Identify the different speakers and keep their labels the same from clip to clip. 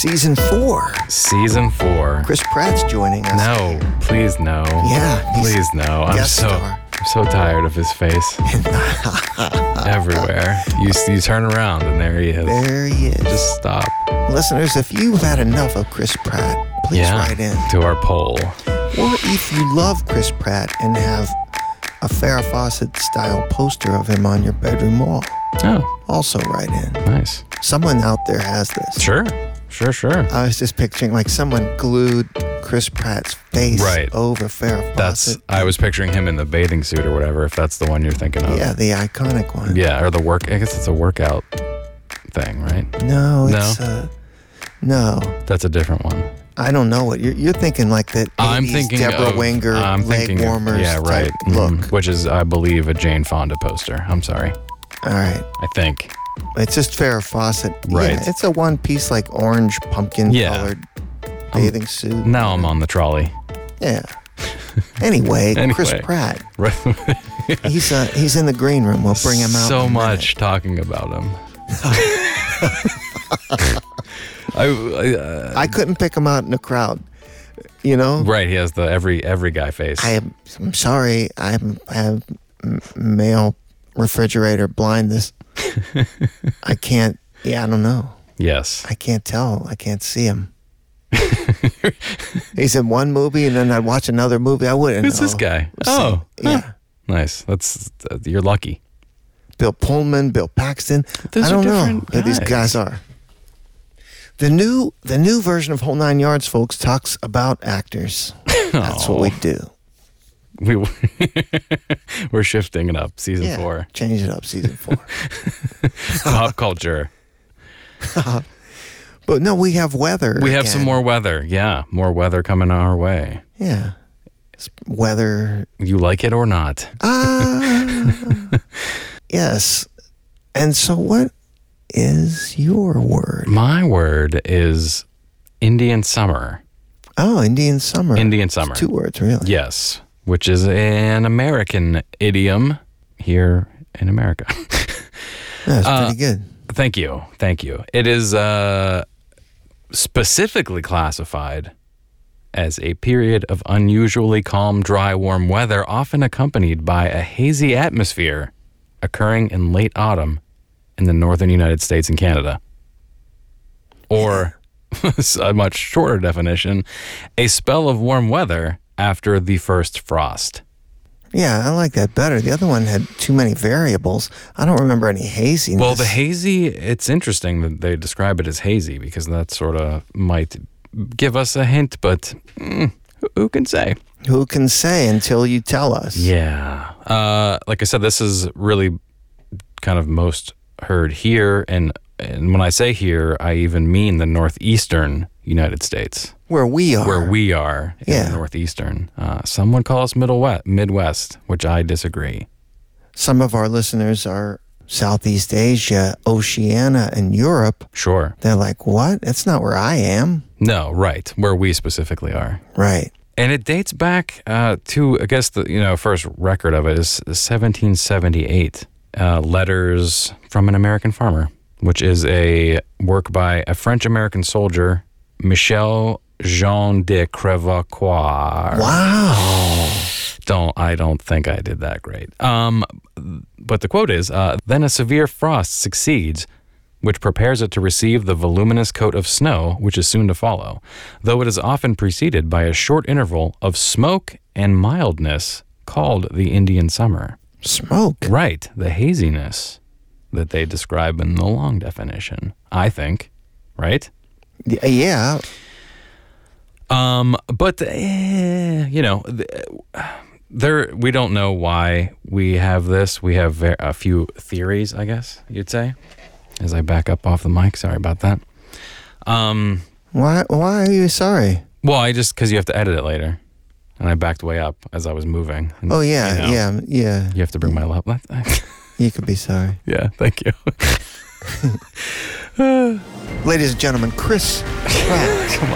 Speaker 1: Season four.
Speaker 2: Season four.
Speaker 1: Chris Pratt's joining us.
Speaker 2: No, please no.
Speaker 1: Yeah, he's
Speaker 2: Please no. I'm
Speaker 1: guest
Speaker 2: so
Speaker 1: star.
Speaker 2: I'm so tired of his face. Everywhere. You you turn around and there he is.
Speaker 1: There he is.
Speaker 2: Just stop.
Speaker 1: Listeners, if you've had enough of Chris Pratt, please
Speaker 2: yeah.
Speaker 1: write in.
Speaker 2: To our poll.
Speaker 1: Or if you love Chris Pratt and have a Farrah Fawcett style poster of him on your bedroom wall,
Speaker 2: Oh,
Speaker 1: also write in.
Speaker 2: nice.
Speaker 1: Someone out there has this.
Speaker 2: Sure. Sure, sure.
Speaker 1: I was just picturing like someone glued Chris Pratt's face
Speaker 2: Right.
Speaker 1: over Farrah
Speaker 2: That's
Speaker 1: Fawcett.
Speaker 2: I was picturing him in the bathing suit or whatever, if that's the one you're thinking of.
Speaker 1: yeah, the iconic one.
Speaker 2: Yeah, or the work I guess it's a workout thing, right?
Speaker 1: No,
Speaker 2: No.
Speaker 1: it's uh, no.
Speaker 2: That's a different one.
Speaker 1: I don't know what you're, you're thinking. Like that.
Speaker 2: I'm
Speaker 1: 80s
Speaker 2: thinking
Speaker 1: Deborah
Speaker 2: of,
Speaker 1: Winger
Speaker 2: I'm
Speaker 1: leg
Speaker 2: thinking of-
Speaker 1: warmers.
Speaker 2: Yeah,
Speaker 1: type
Speaker 2: right.
Speaker 1: Look.
Speaker 2: Mhm. Which is, I believe, a Jane Fonda poster. I'm sorry.
Speaker 1: All right.
Speaker 2: I think.
Speaker 1: It's just Farrah Fawcett. Yeah,
Speaker 2: Right.
Speaker 1: it's a one piece like orange pumpkin
Speaker 2: Yeah. Um,
Speaker 1: colored bathing suit.
Speaker 2: Now I'm on the trolley.
Speaker 1: Yeah. Anyway, Chris
Speaker 2: Anyway.
Speaker 1: Pratt.
Speaker 2: Right.
Speaker 1: He's uh, he's in the green room. We'll bring him out.
Speaker 2: so
Speaker 1: in a minute.
Speaker 2: much talking about him. I, I uh,
Speaker 1: I couldn't pick him out in the crowd. You know.
Speaker 2: right. He has the every every guy face.
Speaker 1: I am, I'm sorry. I'm, I have m- male refrigerator blindness. I can't. Yeah, I don't know.
Speaker 2: yes.
Speaker 1: I can't tell. I can't see him. He's in one movie, and then I'd watch another movie. I wouldn't.
Speaker 2: Who's
Speaker 1: know.
Speaker 2: this guy?
Speaker 1: See,
Speaker 2: Oh,
Speaker 1: yeah.
Speaker 2: huh. Nice. That's uh, you're lucky.
Speaker 1: Bill Pullman, Bill Paxton.
Speaker 2: Those
Speaker 1: I
Speaker 2: are
Speaker 1: don't know
Speaker 2: different
Speaker 1: who these
Speaker 2: guys.
Speaker 1: guys are. The new the new version of Whole Nine Yards, folks, talks about actors. That's what we
Speaker 2: Oh.
Speaker 1: do.
Speaker 2: We we're shifting it up. Season
Speaker 1: Yeah,
Speaker 2: four,
Speaker 1: change it up, season four.
Speaker 2: pop culture.
Speaker 1: but no, we have weather.
Speaker 2: We have some
Speaker 1: again.
Speaker 2: more weather. Yeah, more weather coming our way.
Speaker 1: Yeah, It's weather.
Speaker 2: You like it or not?
Speaker 1: Ah, yes. And so, what is your word?
Speaker 2: My word is Indian summer.
Speaker 1: Oh, Indian summer.
Speaker 2: Indian summer.
Speaker 1: Two words, really.
Speaker 2: Yes, which is an American idiom here in America.
Speaker 1: That's
Speaker 2: Uh,
Speaker 1: pretty good.
Speaker 2: thank you. Thank you. It is uh, specifically classified as a period of unusually calm, dry, warm weather, often accompanied by a hazy atmosphere occurring in late autumn in the northern United States and Canada. Or, a much shorter definition, a spell of warm weather after the first frost.
Speaker 1: Yeah, I like that better. The other one had too many variables. I don't remember any haziness.
Speaker 2: Well, the hazy, it's interesting that they describe it as hazy because that sort of might give us a hint, but mm, who- who can say?
Speaker 1: Who can say until you tell us?
Speaker 2: Yeah. Uh, like I said, this is really kind of most heard here. And, and when I say here, I even mean the northeastern United States
Speaker 1: Where we are.
Speaker 2: where we are in
Speaker 1: Yeah.
Speaker 2: the northeastern. Uh, some would call us middle west, Midwest, which I disagree.
Speaker 1: Some of our listeners are Southeast Asia, Oceania, and Europe.
Speaker 2: Sure.
Speaker 1: They're like, what? That's not where I am.
Speaker 2: No, right. Where we specifically are.
Speaker 1: Right.
Speaker 2: and it dates back uh, to I guess the you know first record of it is 1778. Uh, letters from an American farmer, which is a work by a French American soldier, Michel Jean de Crevecoeur.
Speaker 1: Wow.
Speaker 2: Don't I don't think I did that great. Um, but the quote is: uh, "Then a severe frost succeeds." Which prepares it to receive the voluminous coat of snow, which is soon to follow, though it is often preceded by a short interval of smoke and mildness called the Indian summer.
Speaker 1: Smoke.
Speaker 2: Right, the haziness that they describe in the long definition, I think, right?
Speaker 1: Y- Yeah.
Speaker 2: Um, but eh, you know, th- there we don't know why we have this. We have ver- a few theories, I guess you'd say. As I back up off the mic, sorry about that. Um,
Speaker 1: Why, why are you sorry?
Speaker 2: well, I just because you have to edit it later, and I backed way up as I was moving. And,
Speaker 1: Oh, yeah.
Speaker 2: you know,
Speaker 1: Yeah. Yeah.
Speaker 2: You have to bring my laptop.
Speaker 1: You could be sorry.
Speaker 2: yeah, thank you.
Speaker 1: Ladies and gentlemen, Chris Pratt.
Speaker 2: Come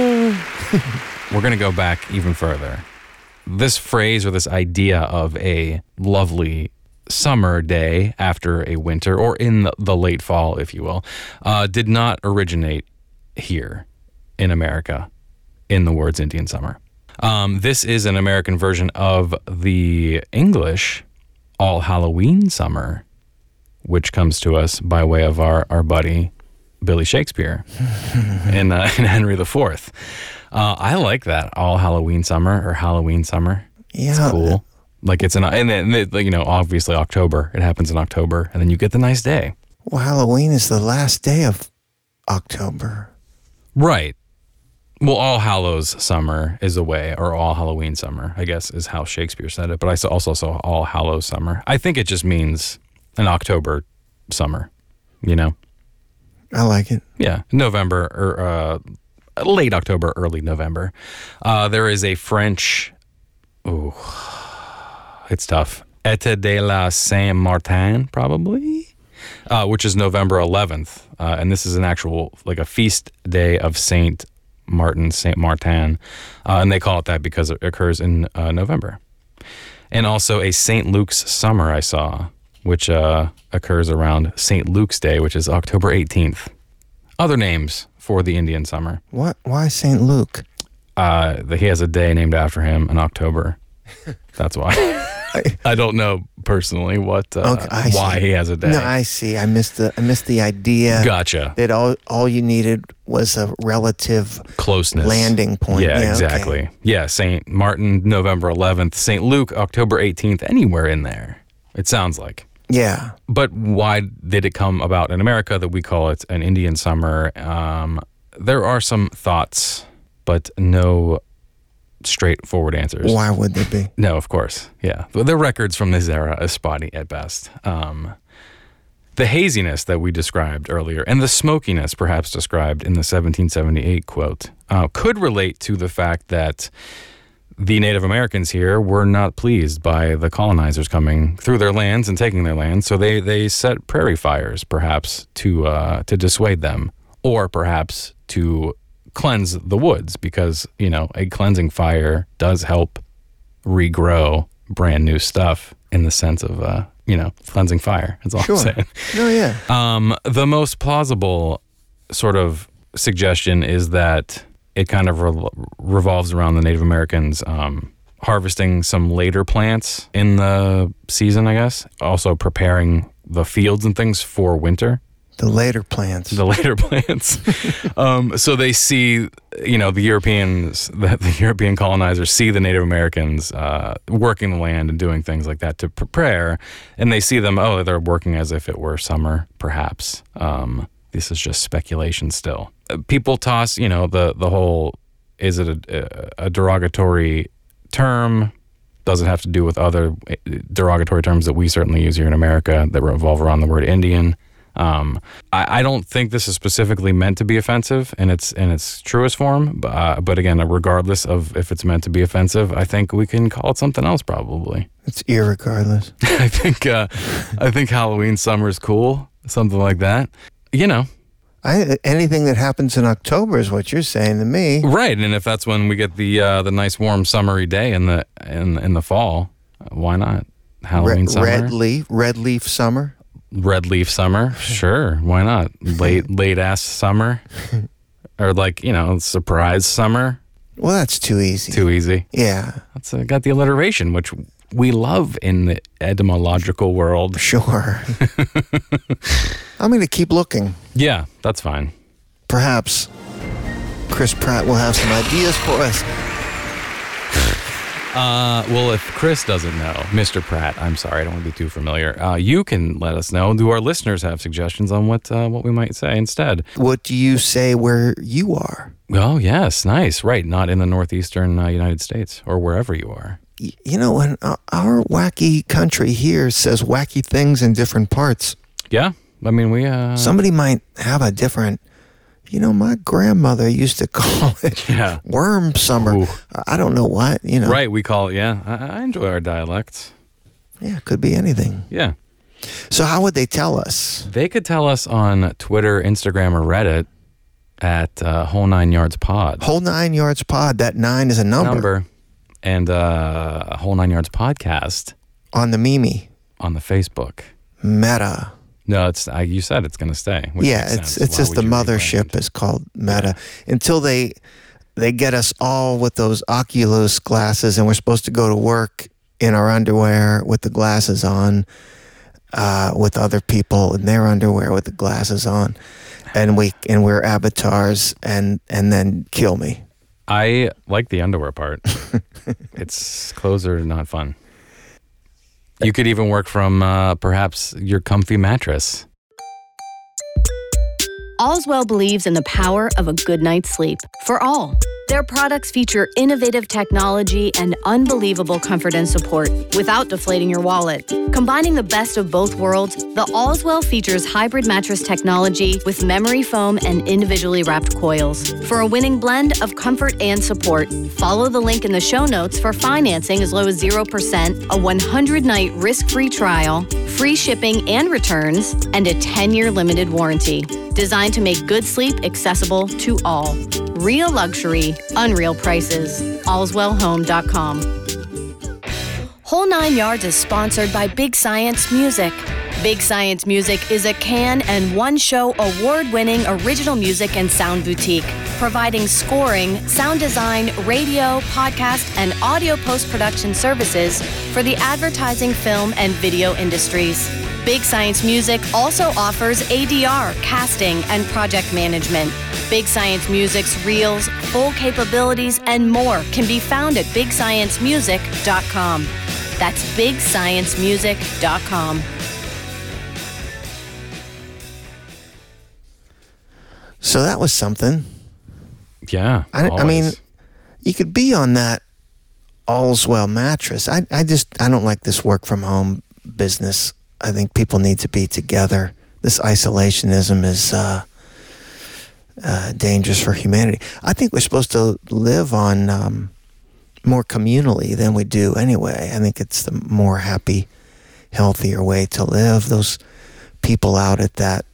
Speaker 2: on. We're going to go back even further. This phrase or this idea of a lovely summer day after a winter, or in the, the late fall, if you will, uh, did not originate here in America in the words Indian summer. Um, this is an American version of the English All Halloween Summer, which comes to us by way of our, our buddy Billy Shakespeare in, uh, in Henry IV. Uh, I like that All Halloween Summer or Halloween Summer.
Speaker 1: Yeah.
Speaker 2: Cool. Like it's an, and then, and then, you know, obviously October, it happens in October, and then you get the nice day.
Speaker 1: Well, Halloween is the last day of October.
Speaker 2: Right. Well, All Hallows Summer is away, or All Halloween Summer, I guess, is how Shakespeare said it. But I s- also saw All Hallows Summer. I think it just means an October summer, you know?
Speaker 1: I like it.
Speaker 2: Yeah, November or uh, late October, early November. Uh, there is a French. Ooh, it's tough. Ete de la Saint Martin, probably, uh, which is November 11th, uh, and this is an actual like a feast day of Saint Martin, Saint Martin, uh, and they call it that because it occurs in uh, November. And also a Saint Luke's summer I saw, which uh, occurs around Saint Luke's Day, which is October 18th other names for the Indian summer.
Speaker 1: What? Why St. Luke?
Speaker 2: Uh, that he has a day named after him in October. That's why. I don't know personally what uh,
Speaker 1: Okay, I see.
Speaker 2: why he has a day.
Speaker 1: No, I see. I missed the. I missed the idea
Speaker 2: gotcha.
Speaker 1: that all all you needed was a relative
Speaker 2: Closeness.
Speaker 1: landing point.
Speaker 2: Yeah,
Speaker 1: okay.
Speaker 2: exactly. Yeah, St. Martin, November 11th, St. Luke, October 18th, anywhere in there. It sounds like.
Speaker 1: Yeah.
Speaker 2: But why did it come about in America that we call it an Indian summer? Um, there are some thoughts, but no straightforward answers.
Speaker 1: Why would there be?
Speaker 2: No, of course. Yeah. But the records from this era are spotty at best. Um, the haziness that we described earlier and the smokiness, perhaps described in the 1778 quote, uh, could relate to the fact that the Native Americans here were not pleased by the colonizers coming through their lands and taking their lands, so they, they set prairie fires, perhaps to uh, to dissuade them, or perhaps to cleanse the woods, because you know a cleansing fire does help regrow brand new stuff in the sense of uh, you know cleansing fire. That's all
Speaker 1: Sure.
Speaker 2: I'm saying.
Speaker 1: No. Yeah.
Speaker 2: Um, the most plausible sort of suggestion is that it kind of re- revolves around the Native Americans um, harvesting some later plants in the season, I guess. Also preparing the fields and things for winter
Speaker 1: The later plants.
Speaker 2: the later plants. um, so they see, you know, the Europeans, the, the European colonizers see the Native Americans uh, working the land and doing things like that to prepare, and they see them. Oh, they're working as if it were summer, perhaps. Um, this is just speculation. Still, Uh, people toss, you know, the the whole is it a, a derogatory term? Does it have to do with other uh, derogatory terms that we certainly use here in America that revolve around the word Indian? Um, I, I don't think this is specifically meant to be offensive in its in its truest form. But, uh, but again, regardless of if it's meant to be offensive, I think we can call it something else. Probably.
Speaker 1: It's irregardless.
Speaker 2: I think uh, I think Halloween summer is cool. Something like that. You know,
Speaker 1: I, anything that happens in October is what you're saying to me.
Speaker 2: right? And if that's when we get the uh, the nice warm summery day in the in in the fall, uh, why not Halloween
Speaker 1: Red,
Speaker 2: summer?
Speaker 1: red leaf, red leaf summer.
Speaker 2: red leaf summer sure why not late late ass summer or like you know surprise summer
Speaker 1: Well, that's too easy.
Speaker 2: too easy
Speaker 1: Yeah,
Speaker 2: that's uh, got the alliteration which we love in the etymological world
Speaker 1: sure. I'm going to keep looking.
Speaker 2: yeah that's fine
Speaker 1: Perhaps Chris Pratt will have some ideas for us.
Speaker 2: uh, well if chris doesn't know mr pratt i'm sorry i don't want to be too familiar uh, you can let us know do our listeners have suggestions on what uh, what we might say instead
Speaker 1: What do you say where you are?
Speaker 2: oh yes nice right not in the northeastern uh, united states or wherever you are
Speaker 1: Y- You know, when o- our wacky country here says wacky things in different parts,
Speaker 2: yeah i mean we uh
Speaker 1: somebody might have a different. You know, my grandmother used to call it
Speaker 2: Yeah.
Speaker 1: worm summer.
Speaker 2: Ooh.
Speaker 1: I don't know what. You know,
Speaker 2: Right, we call it, yeah. I, I enjoy our dialects.
Speaker 1: Yeah, it could be anything.
Speaker 2: Yeah.
Speaker 1: So how would they tell us?
Speaker 2: They could tell us on Twitter, Instagram, or Reddit at uh, Whole Nine Yards Pod.
Speaker 1: Whole nine yards pod. That nine is a number,
Speaker 2: number. And uh, Whole Nine Yards Podcast
Speaker 1: on the Mimi.
Speaker 2: on the Facebook.
Speaker 1: Meta.
Speaker 2: No, it's I, you said it's going to stay. which
Speaker 1: yeah,
Speaker 2: makes
Speaker 1: it's
Speaker 2: sense.
Speaker 1: it's
Speaker 2: Why
Speaker 1: just
Speaker 2: would
Speaker 1: the
Speaker 2: you rebrand?
Speaker 1: mothership is called Meta until they they get us all with those Oculus glasses and we're supposed to go to work in our underwear with the glasses on, uh, with other people in their underwear with the glasses on, and we and we're avatars and and then kill me.
Speaker 2: I like the underwear part. it's clothes are not fun. You could even work from uh, perhaps your comfy mattress.
Speaker 3: Allswell believes in the power of a good night's sleep for all. Their products feature innovative technology and unbelievable comfort and support without deflating your wallet. Combining the best of both worlds, the Allswell features hybrid mattress technology with memory foam and individually wrapped coils for a winning blend of comfort and support. Follow the link in the show notes for financing as low as 0%, a 100 night risk free trial, free shipping and returns, and a 10 year limited warranty designed to make good sleep accessible to all. Real luxury, unreal prices. AllswellHome.com. Whole Nine Yards is sponsored by Big Science Music. Big Science Music is a can and one show award winning original music and sound boutique, providing scoring, sound design, radio, podcast, and audio post production services for the advertising, film, and video industries. Big Science Music also offers ADR, casting, and project management. Big Science Music's reels, full capabilities, and more can be found at bigsciencemusic.com. That's bigsciencemusic.com.
Speaker 1: So that was something.
Speaker 2: Yeah.
Speaker 1: I- I mean,
Speaker 2: always.
Speaker 1: you could be on that all's well mattress. I, I just I don't like this work from home business. I think people need to be together. This isolationism is uh, uh, dangerous for humanity. I think we're supposed to live on um, more communally than we do anyway. I think it's the more happy, healthier way to live. Those people out at that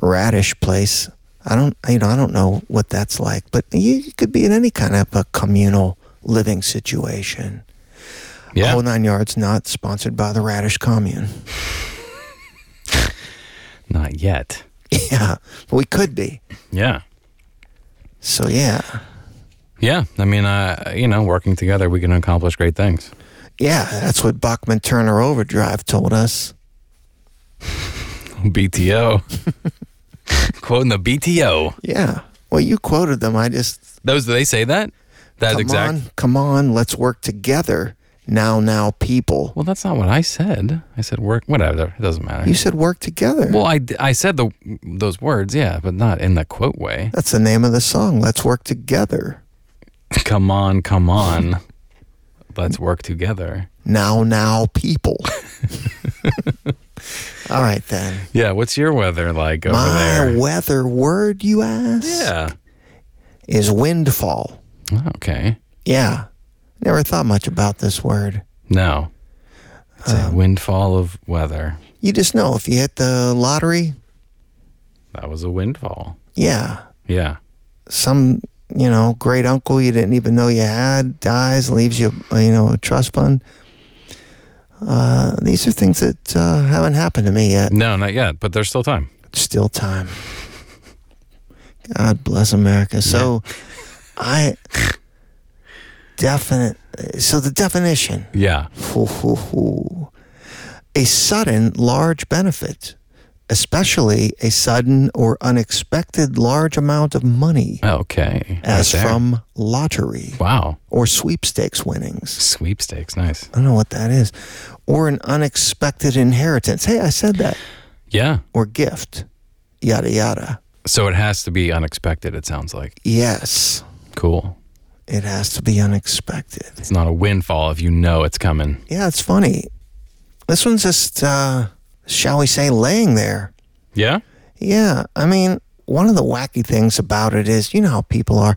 Speaker 1: radish place. I don't, you know, I don't know what that's like, but you could be in any kind of a communal living situation.
Speaker 2: yeah.
Speaker 1: Whole Nine Yards not sponsored by the Radish Commune.
Speaker 2: not yet.
Speaker 1: Yeah, but we could be.
Speaker 2: Yeah.
Speaker 1: So yeah,
Speaker 2: Yeah. I mean, uh, you know, working together, we can accomplish great things.
Speaker 1: yeah, that's what Bachman Turner Overdrive told us.
Speaker 2: BTO. Quoting the BTO.
Speaker 1: Yeah. Well, you quoted them. I just
Speaker 2: Those they say that. That
Speaker 1: come
Speaker 2: exact.
Speaker 1: on, come on, let's work together now, now, people.
Speaker 2: Well, that's not what I said. I said work. Whatever. It doesn't matter.
Speaker 1: You said work together.
Speaker 2: Well, I, I said the those words, yeah, but not in the quote way.
Speaker 1: that's the name of the song. Let's work together
Speaker 2: Come on, come on. Let's work together.
Speaker 1: now, now, people. All right then.
Speaker 2: Yeah, what's your weather like over
Speaker 1: My
Speaker 2: there?
Speaker 1: weather word, you ask,
Speaker 2: yeah.
Speaker 1: is windfall.
Speaker 2: Okay.
Speaker 1: Yeah. Never thought much about this word.
Speaker 2: No. It's
Speaker 1: Um,
Speaker 2: a windfall of weather.
Speaker 1: You just know if you hit the lottery,
Speaker 2: That was a windfall.
Speaker 1: yeah,
Speaker 2: Yeah.
Speaker 1: some, you know, great uncle you didn't even know you had dies, leaves you, you know, a trust fund. Uh, these are things that uh, haven't happened to me yet.
Speaker 2: No, not yet, but there's still time.
Speaker 1: still time. God bless America. So I definite so the definition
Speaker 2: Yeah.
Speaker 1: hoo, hoo, hoo. a sudden large benefit, especially a sudden or unexpected large amount of money
Speaker 2: Okay.
Speaker 1: as
Speaker 2: Right there.
Speaker 1: from lottery
Speaker 2: Wow.
Speaker 1: or sweepstakes winnings.
Speaker 2: Sweepstakes. Nice.
Speaker 1: I don't know what that is. Or an unexpected inheritance. Hey, I said that.
Speaker 2: Yeah.
Speaker 1: Or gift. Yada yada.
Speaker 2: So it has to be unexpected, it sounds like.
Speaker 1: Yes,
Speaker 2: Cool.
Speaker 1: it has to be unexpected.
Speaker 2: It's not a windfall if you know it's coming.
Speaker 1: Yeah, it's funny. This one's just, uh, shall we say, laying there.
Speaker 2: Yeah?
Speaker 1: Yeah, I mean, one of the wacky things about it is, you know how people are.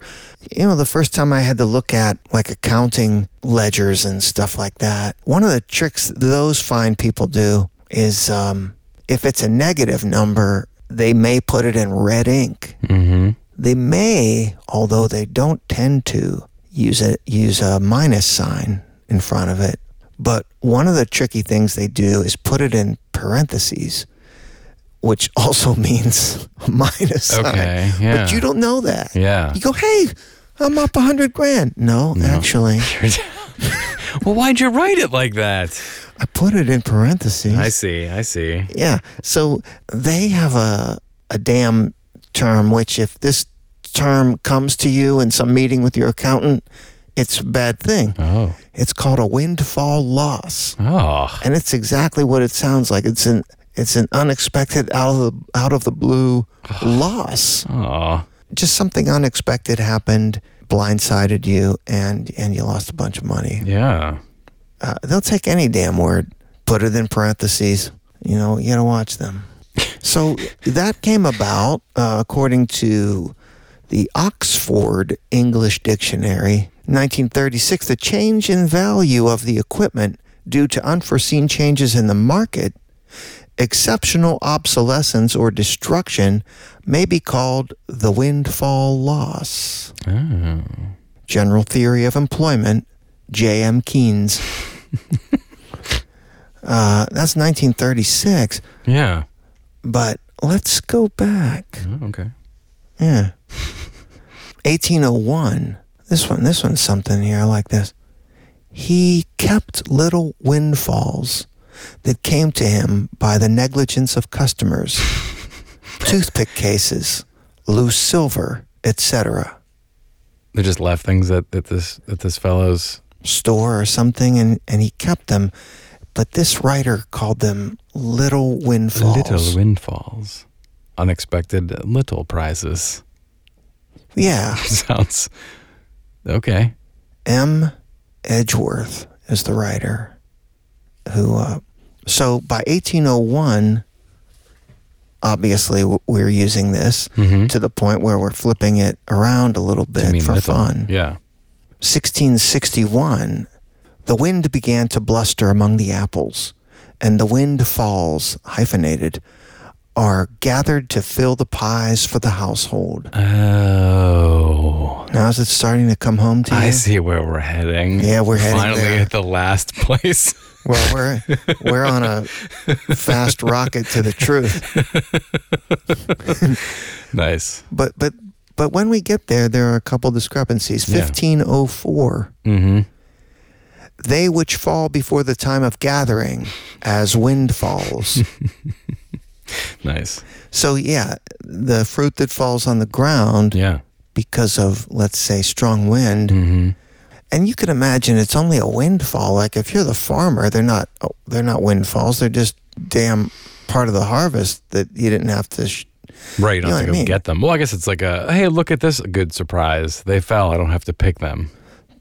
Speaker 1: You know, the first time I had to look at like accounting ledgers and stuff like that, one of the tricks those fine people do is um, if it's a negative number, they may put it in red ink.
Speaker 2: Mm-hmm.
Speaker 1: They may, although they don't tend to, use a use a minus sign in front of it. But one of the tricky things they do is put it in parentheses, which also means a minus sign.
Speaker 2: Okay, yeah.
Speaker 1: But you don't know that.
Speaker 2: Yeah.
Speaker 1: You go, hey, I'm up a hundred grand. No, actually,
Speaker 2: well, why'd you write it like that?
Speaker 1: I put it in parentheses.
Speaker 2: I see. I see.
Speaker 1: Yeah. So they have a a damn term which if this term comes to you in some meeting with your accountant, it's a bad thing.
Speaker 2: Oh.
Speaker 1: It's called a windfall loss.
Speaker 2: Oh.
Speaker 1: And it's exactly what it sounds like. It's an it's an unexpected out of the out of the blue loss.
Speaker 2: Oh.
Speaker 1: Just something unexpected happened, blindsided you and and you lost a bunch of money.
Speaker 2: Yeah.
Speaker 1: Uh, they'll take any damn word, put it in parentheses. You know, you gotta watch them. so that came about, uh, according to the Oxford English Dictionary, 1936. The change in value of the equipment due to unforeseen changes in the market, exceptional obsolescence or destruction, may be called the windfall loss.
Speaker 2: Oh.
Speaker 1: General Theory of Employment, J.M. Keynes. uh, that's 1936,
Speaker 2: Yeah.
Speaker 1: but let's go back.
Speaker 2: Oh, okay.
Speaker 1: Yeah. 1801. This one, this one's something here. I like this. He kept little windfalls that came to him by the negligence of customers, toothpick cases, loose silver, etc.
Speaker 2: They just left things at, at this at this fellow's.
Speaker 1: store or something and, and he kept them. But this writer called them little windfalls.
Speaker 2: Little windfalls, unexpected little prizes.
Speaker 1: yeah.
Speaker 2: Sounds okay.
Speaker 1: M. Edgeworth is the writer who, uh, so by 1801, obviously w- we're using this to the point where we're flipping it around a little
Speaker 2: I
Speaker 1: bit
Speaker 2: Mm-hmm. mean,
Speaker 1: for
Speaker 2: little.
Speaker 1: fun.
Speaker 2: Yeah.
Speaker 1: 1661, the wind began to bluster among the apples, and the wind falls, hyphenated, are gathered to fill the pies for the household.
Speaker 2: Oh.
Speaker 1: Now is it starting to come home to you?
Speaker 2: I see where we're heading.
Speaker 1: Yeah, we're heading
Speaker 2: finally
Speaker 1: there.
Speaker 2: at the last place.
Speaker 1: Well, we're we're on a fast rocket to the truth.
Speaker 2: nice.
Speaker 1: But but but when we get there, there are a couple discrepancies.
Speaker 2: Yeah.
Speaker 1: 1504.
Speaker 2: Mm-hmm.
Speaker 1: they which fall before the time of gathering as windfalls.
Speaker 2: Nice.
Speaker 1: so, yeah, the fruit that falls on the ground
Speaker 2: Yeah.
Speaker 1: because of, let's say, strong wind.
Speaker 2: Mm-hmm.
Speaker 1: And you can imagine it's only a windfall. Like if you're the farmer, they're not oh, they're not windfalls. They're just damn part of the harvest that you didn't have to. Sh-
Speaker 2: Right. You don't
Speaker 1: know what I
Speaker 2: have to go
Speaker 1: mean?
Speaker 2: get them. Well, I guess it's like a hey, look at this good surprise. They fell. I don't have to pick them.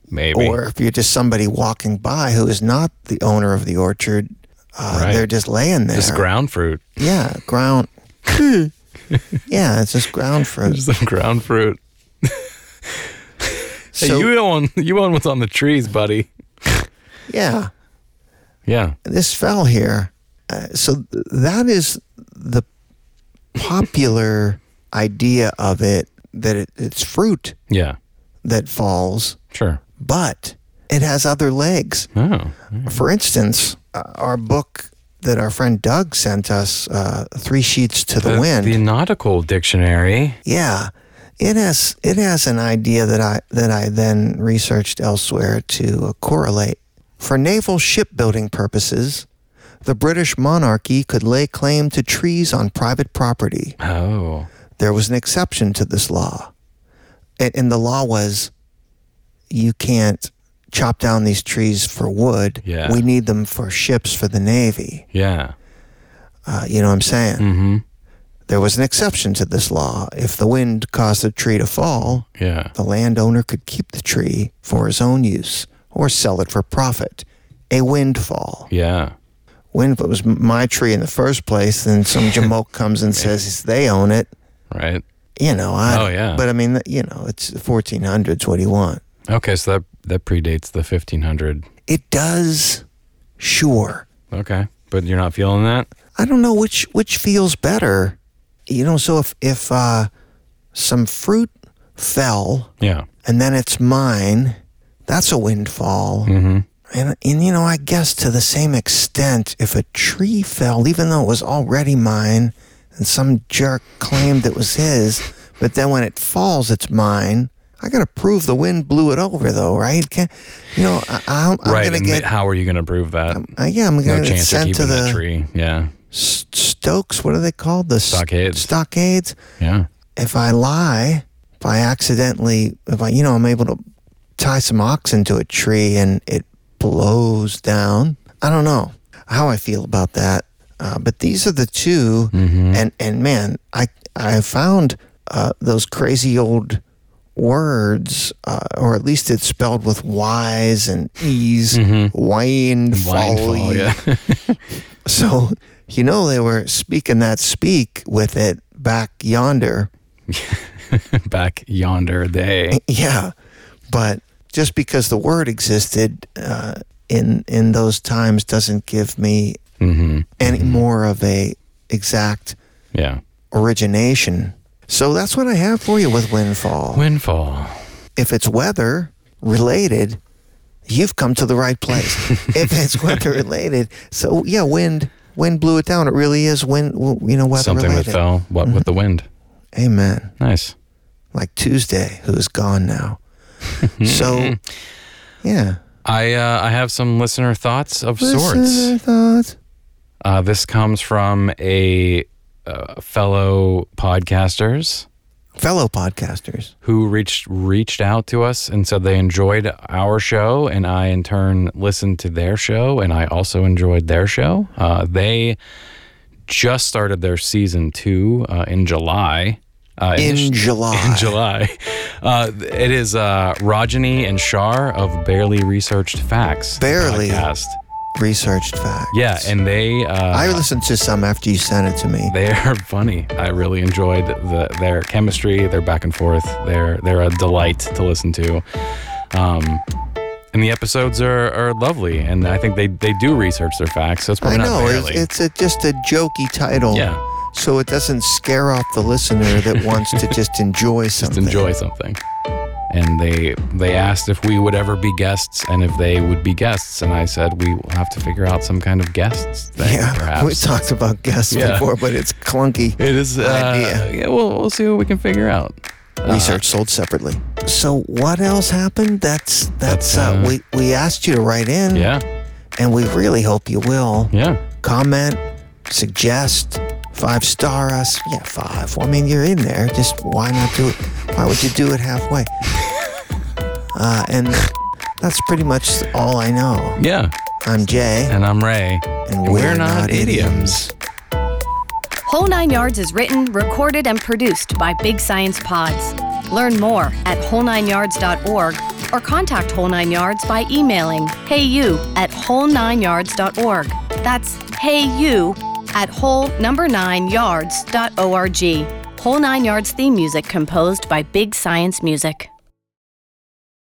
Speaker 2: Maybe.
Speaker 1: or if you're just somebody walking by who is not the owner of the orchard, uh,
Speaker 2: Right.
Speaker 1: they're just laying there.
Speaker 2: Just ground fruit.
Speaker 1: Yeah, ground. yeah, it's just ground fruit.
Speaker 2: Just some ground fruit. Hey,
Speaker 1: So-
Speaker 2: you own you own what's on the trees, buddy.
Speaker 1: Yeah,
Speaker 2: Yeah.
Speaker 1: this fell here. Uh, so th- that is the popular idea of it that it, it's fruit
Speaker 2: Yeah.
Speaker 1: that falls,
Speaker 2: Sure.
Speaker 1: but it has other legs.
Speaker 2: Oh.
Speaker 1: For instance, uh, our book that our friend Doug sent us, uh, Three Sheets to the, Wind.
Speaker 2: The nautical dictionary.
Speaker 1: yeah. It has it has an idea that I that I then researched elsewhere to uh, correlate. For naval shipbuilding purposes, the British monarchy could lay claim to trees on private property.
Speaker 2: Oh.
Speaker 1: There was an exception to this law, and, and the law was, you can't chop down these trees for wood.
Speaker 2: Yeah.
Speaker 1: We need them for ships for the navy.
Speaker 2: Yeah.
Speaker 1: Uh, you know what I'm saying?
Speaker 2: Mm-hmm.
Speaker 1: There was an exception to this law. If the wind caused a tree to fall,
Speaker 2: Yeah.
Speaker 1: the landowner could keep the tree for his own use or sell it for profit. A windfall.
Speaker 2: Yeah.
Speaker 1: Wind it was m- my tree in the first place, then some jamoke comes and says they own it.
Speaker 2: Right.
Speaker 1: You know, I.
Speaker 2: Oh, yeah.
Speaker 1: But I mean, you know, it's the 1400s. What do you want?
Speaker 2: Okay, so that that predates the 1500.
Speaker 1: It does. Sure.
Speaker 2: Okay. But you're not feeling that?
Speaker 1: I don't know which which feels better. You know, so if if uh, some fruit fell
Speaker 2: Yeah. Mm-hmm.
Speaker 1: and then it's mine. That's a windfall. And, and you know, I guess to the same extent, if a tree fell, even though it was already mine, and some jerk claimed it was his, but then when it falls, it's mine. I got to prove the wind blew it over, though, right? Can't, you know, I, I'm, I'm
Speaker 2: right.
Speaker 1: gonna
Speaker 2: and
Speaker 1: get.
Speaker 2: how are you going to prove that?
Speaker 1: Uh, yeah, I'm
Speaker 2: no
Speaker 1: gonna get
Speaker 2: chance of
Speaker 1: sent to
Speaker 2: keeping that
Speaker 1: the
Speaker 2: tree. Yeah.
Speaker 1: S- Stokes. What are they called? The s-
Speaker 2: Stockades.
Speaker 1: Stockades.
Speaker 2: Yeah.
Speaker 1: If I lie, if I accidentally, if I, you know, I'm able to tie some oxen to a tree and it blows down. I don't know how I feel about that, uh, but these are the 2 and and man, I I found uh, those crazy old words, uh, or at least it's spelled with Y's and E's, wine,
Speaker 2: Blindfold, yeah.
Speaker 1: so, you know, they were speaking that speak with it back yonder.
Speaker 2: Back yonder they.
Speaker 1: Yeah. But just because the word existed uh, in in those times doesn't give me
Speaker 2: Mm-hmm,
Speaker 1: any more of a exact
Speaker 2: Yeah.
Speaker 1: origination. So that's what I have for you with windfall.
Speaker 2: Windfall.
Speaker 1: if it's weather related, you've come to the right place. if it's weather related, so yeah, wind wind blew it down. It really is wind. w- You know, weather
Speaker 2: Something
Speaker 1: related. Mm-hmm.
Speaker 2: that fell. What with the wind?
Speaker 1: Amen.
Speaker 2: Nice.
Speaker 1: like Tuesday, who's gone now. so, yeah.
Speaker 2: I uh, I have some listener thoughts of sorts.
Speaker 1: Listener thoughts.
Speaker 2: Uh, this comes from a uh, fellow podcasters
Speaker 1: Fellow podcasters.
Speaker 2: who reached reached out to us and said they enjoyed our show, and I in turn listened to their show, and I also enjoyed their show. Uh, they just started their season two uh, in July. Uh,
Speaker 1: In
Speaker 2: initi-
Speaker 1: July.
Speaker 2: in July, uh, it is uh, Rajani and Shar of Barely Researched Facts. the
Speaker 1: Barely.
Speaker 2: podcast.
Speaker 1: Researched facts.
Speaker 2: Yeah, and they. Uh,
Speaker 1: I listened to some after you sent it to me.
Speaker 2: They are funny. I really enjoyed the, their chemistry, their back and forth. They're they're a delight to listen to. Um, and the episodes are, are lovely, and I think they, they do research their facts. So it's
Speaker 1: I
Speaker 2: probably
Speaker 1: know.
Speaker 2: not
Speaker 1: It's,
Speaker 2: barely.
Speaker 1: it's a, just a jokey title.
Speaker 2: Yeah.
Speaker 1: So it doesn't scare off the listener that wants to just enjoy
Speaker 2: just
Speaker 1: something.
Speaker 2: enjoy something. And they they asked if we would ever be guests and if they would be guests, and I said we will have to figure out some kind of guests thing,
Speaker 1: Yeah.
Speaker 2: perhaps.
Speaker 1: We talked about guests
Speaker 2: Yeah.
Speaker 1: before, but it's clunky.
Speaker 2: it is uh,
Speaker 1: idea.
Speaker 2: Yeah, we'll we'll see what we can figure out. Uh-huh.
Speaker 1: research sold separately. So what else happened? That's that's,
Speaker 2: That's,
Speaker 1: uh,
Speaker 2: uh,
Speaker 1: we we asked you to write in,
Speaker 2: Yeah,
Speaker 1: and we really hope you will
Speaker 2: yeah.
Speaker 1: comment, suggest, five star us. Yeah, five. Well, I mean, you're in there. Just why not do it? Why would you do it halfway? Uh, and that's pretty much all I know.
Speaker 2: Yeah.
Speaker 1: I'm Jay,
Speaker 2: And I'm Ray.
Speaker 1: and we're, not idioms.
Speaker 3: Whole Nine Yards is written, recorded, and produced by Big Science Pods. Learn more at whole9yards.org or contact Whole Nine Yards by emailing heyu at whole9yards.org. That's heyu at whole number nine yards.org. Whole Nine Yards theme music composed by Big Science Music.